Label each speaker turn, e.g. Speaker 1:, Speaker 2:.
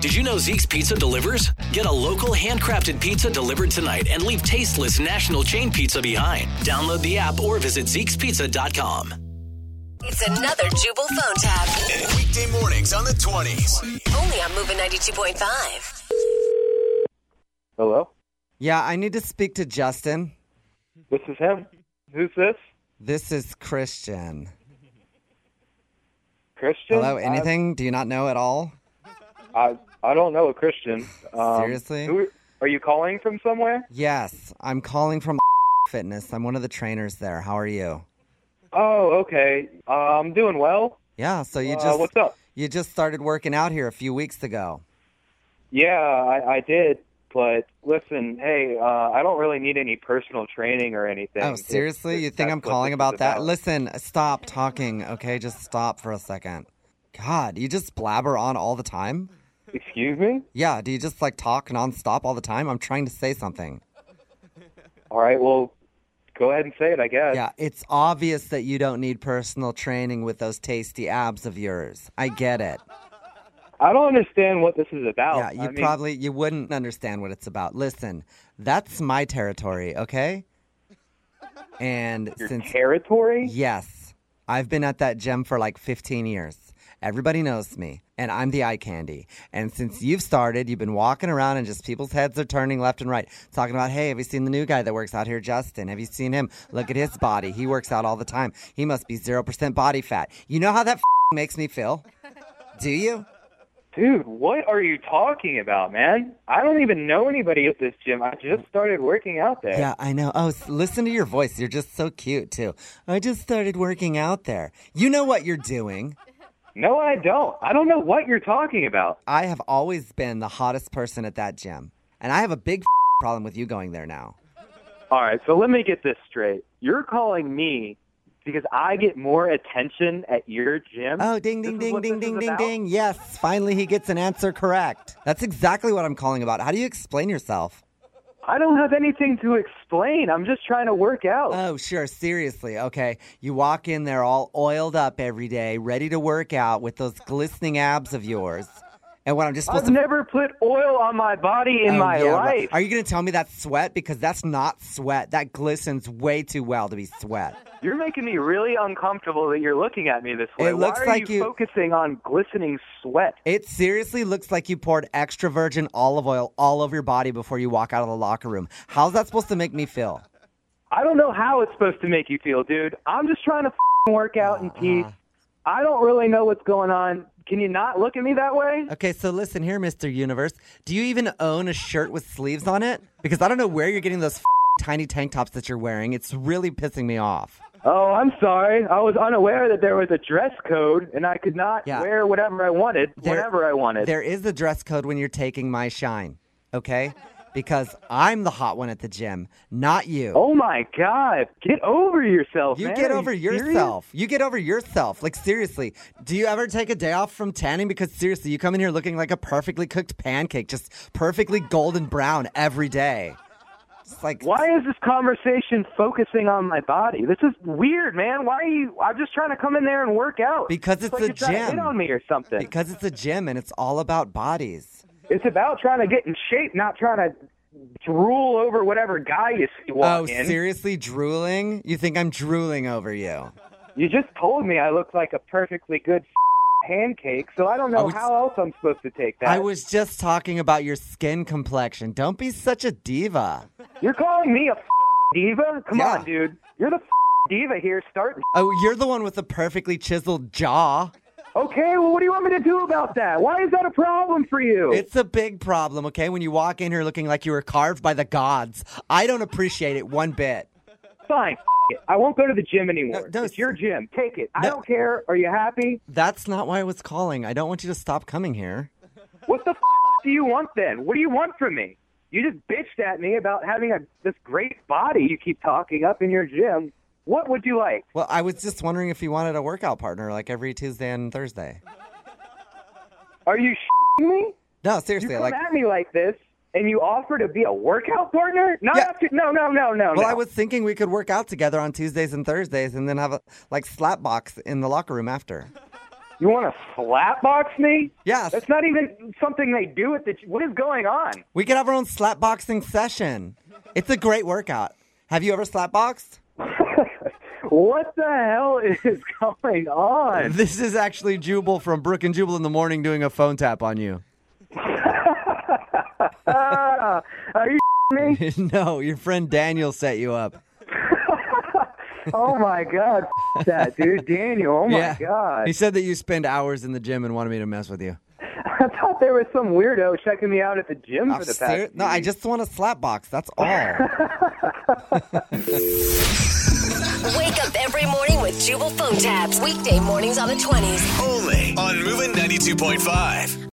Speaker 1: Did you know Zeke's Pizza delivers? Get a local handcrafted pizza delivered tonight and leave tasteless national chain pizza behind. Download the app or visit Zeke'sPizza.com.
Speaker 2: It's another Jubal phone tab.
Speaker 3: Weekday mornings on the 20s.
Speaker 2: Only on Moving 92.5.
Speaker 4: Hello?
Speaker 5: Yeah, I need to speak to Justin.
Speaker 4: This is him. Who's this?
Speaker 5: This is Christian.
Speaker 4: Christian?
Speaker 5: Hello, anything? Do you not know at all?
Speaker 4: I, I, I don't know a Christian. Um,
Speaker 5: Seriously?
Speaker 4: Who, are you calling from somewhere?
Speaker 5: Yes, I'm calling from Fitness. I'm one of the trainers there. How are you?
Speaker 4: Oh, okay. Uh, I'm doing well.
Speaker 5: Yeah, so you
Speaker 4: Uh,
Speaker 5: just
Speaker 4: what's up?
Speaker 5: you just started working out here a few weeks ago. Oh,
Speaker 4: Yeah, I, I did. But listen, hey, uh, I don't really need any personal training or anything.
Speaker 5: Oh, seriously?
Speaker 4: If- if
Speaker 5: you think
Speaker 4: that's
Speaker 5: I'm
Speaker 4: what
Speaker 5: calling
Speaker 4: this is
Speaker 5: about that? Listen, stop talking, okay? Just stop for a second. God, you just blabber on all the time?
Speaker 4: Excuse me?
Speaker 5: Yeah, do you just like talk nonstop all the time? I'm trying to say something.
Speaker 4: All right, well, go ahead and say it, I guess.
Speaker 5: Yeah, it's obvious that you don't need personal training with those tasty abs of yours. I get it.
Speaker 4: I don't understand what this is about.
Speaker 5: Yeah, you
Speaker 4: Oh, I mean,
Speaker 5: probably you wouldn't understand what it's about. Listen, that's my territory, okay? And since
Speaker 4: Territory?
Speaker 5: yes, I've been at that gym for like 15 years. Everybody knows me, and I'm the eye candy. And since you've started, you've been walking around and just people's heads are turning left and right, talking about, hey, have you seen the new guy that works out here, Justin? Have you seen him? Look at his body. He works out all the time. He must be 0% body fat. You know how that makes me feel? Do you?
Speaker 4: Dude, what are you talking about, man? I don't even know anybody at this gym. I just started working out there.
Speaker 5: Yeah, I know. Oh, s- listen to your voice. You're just so cute, too. I just started working out there. You know what you're doing.
Speaker 4: No, I don't. I don't know what you're talking about.
Speaker 5: I have always been the hottest person at that gym, and I have a big problem with you going there now.
Speaker 4: All right, so let me get this straight. You're calling me because I get more attention at your gym?
Speaker 5: Oh, ding,
Speaker 4: This
Speaker 5: ding,
Speaker 4: is
Speaker 5: ding,
Speaker 4: what
Speaker 5: ding,
Speaker 4: this
Speaker 5: ding,
Speaker 4: is
Speaker 5: ding,
Speaker 4: about?
Speaker 5: ding. Yes, finally he gets an answer correct. That's exactly what I'm calling about. How do you explain yourself?
Speaker 4: I don't have anything to explain. I'm just trying to work out.
Speaker 5: Oh, sure. Seriously. Okay. You walk in there all oiled up every day, ready to work out with those glistening abs of yours. And what I'm just supposed
Speaker 4: I've
Speaker 5: to
Speaker 4: never put oil on my body in
Speaker 5: Oh,
Speaker 4: my
Speaker 5: yeah, right.
Speaker 4: life.
Speaker 5: Are you going to tell me that's sweat? Because that's not sweat. That glistens way too well to be sweat.
Speaker 4: You're making me really uncomfortable that you're looking at me this way.
Speaker 5: It looks
Speaker 4: Why are
Speaker 5: like
Speaker 4: you
Speaker 5: you-
Speaker 4: focusing on glistening sweat?
Speaker 5: It seriously looks like you poured extra virgin olive oil all over your body before you walk out of the locker room. How's that supposed to make me feel?
Speaker 4: I don't know how it's supposed to make you feel, dude. I'm just trying to f***ing work out
Speaker 5: Uh-huh.
Speaker 4: in peace. I don't really know what's going on. Can you not look at me that way?
Speaker 5: Okay, so listen here, Mr. Universe. Do you even own a shirt with sleeves on it? Because I don't know where you're getting those f- tiny tank tops that you're wearing. It's really pissing me off.
Speaker 4: Oh, I'm sorry. I was unaware that there was a dress code and I could not
Speaker 5: Yeah.
Speaker 4: wear whatever I wanted
Speaker 5: There-
Speaker 4: whenever I wanted.
Speaker 5: There is a dress code when you're taking my shine, okay? Because I'm the hot one at the gym, not you.
Speaker 4: oh my god. Get over yourself,
Speaker 5: You
Speaker 4: man.
Speaker 5: get
Speaker 4: Are
Speaker 5: over
Speaker 4: serious?
Speaker 5: yourself. You get over yourself. Like seriously, do you ever take a day off from tanning? Because seriously, you come in here looking like a perfectly cooked pancake, just perfectly golden brown every day. It's like
Speaker 4: Why is this conversation focusing on my body? This is weird, man. Why are you I'm just trying to come in there and work out.
Speaker 5: Because it's
Speaker 4: like
Speaker 5: a
Speaker 4: you're trying to
Speaker 5: gym.
Speaker 4: hit on me or something.
Speaker 5: Because it's a gym and it's all about bodies.
Speaker 4: It's about trying to get in shape, not trying to drool over whatever guy you see
Speaker 5: Oh,
Speaker 4: walk in.
Speaker 5: seriously, drooling? You think I'm drooling over you?
Speaker 4: You just told me I look like a perfectly good pancake, so I don't know
Speaker 5: I was-
Speaker 4: how else I'm supposed to take that.
Speaker 5: I was just talking about your skin complexion. Don't be such a diva.
Speaker 4: You're calling me a diva? Come
Speaker 5: Yeah.
Speaker 4: on, dude. You're the diva here starting.
Speaker 5: Oh, you're the one with the perfectly chiseled jaw.
Speaker 4: Okay, well, what do you want me to do about that? Why is that a problem for you?
Speaker 5: It's a big problem, okay? When you walk in here looking like you were carved by the gods, I don't appreciate it one bit.
Speaker 4: fine. It. I won't go to the gym anymore.
Speaker 5: No, no,
Speaker 4: it's your gym. Take it. I
Speaker 5: No.
Speaker 4: don't care. Are you happy?
Speaker 5: That's not why I was calling. I don't want you to stop coming here.
Speaker 4: What the f- do you want then? What do you want from me? You just bitched at me about having a, this great body you keep talking up in your gym. What would you like?
Speaker 5: Well, I was just wondering if you wanted a workout partner like every Tuesday and Thursday.
Speaker 4: Are you shitting me?
Speaker 5: No,
Speaker 4: You
Speaker 5: seriously,
Speaker 4: come
Speaker 5: like
Speaker 4: at me like this, and you offer to be a workout partner? Not
Speaker 5: Yeah.
Speaker 4: after, no, no, no, no.
Speaker 5: Well,
Speaker 4: no.
Speaker 5: I was thinking we could work out together on Tuesdays and Thursdays and then have a like slap box in the locker room after.
Speaker 4: You want to slap box me?
Speaker 5: Yes.
Speaker 4: That's not even something they do at the. What is going on?
Speaker 5: We could have our own slap boxing session. It's a great workout. Have you ever slap boxed?
Speaker 4: What the hell is going on?
Speaker 5: This is actually Jubal from Brook and Jubal in the morning doing a phone tap on you.
Speaker 4: Ah, are you me?
Speaker 5: no, your friend Daniel set you up.
Speaker 4: Oh my god, f- that dude, Daniel. Oh my
Speaker 5: yeah.
Speaker 4: god.
Speaker 5: He said that you spend hours in the gym and wanted me to mess with you.
Speaker 4: I thought there was some weirdo checking me out at the gym for
Speaker 5: I'm
Speaker 4: the past.
Speaker 5: ser-
Speaker 4: few
Speaker 5: no, I
Speaker 4: weeks.
Speaker 5: just want a slap box. That's all.
Speaker 2: Wake up every morning with Jubal phone tabs. Weekday mornings on the 20s.
Speaker 3: Only on Moving 92.5.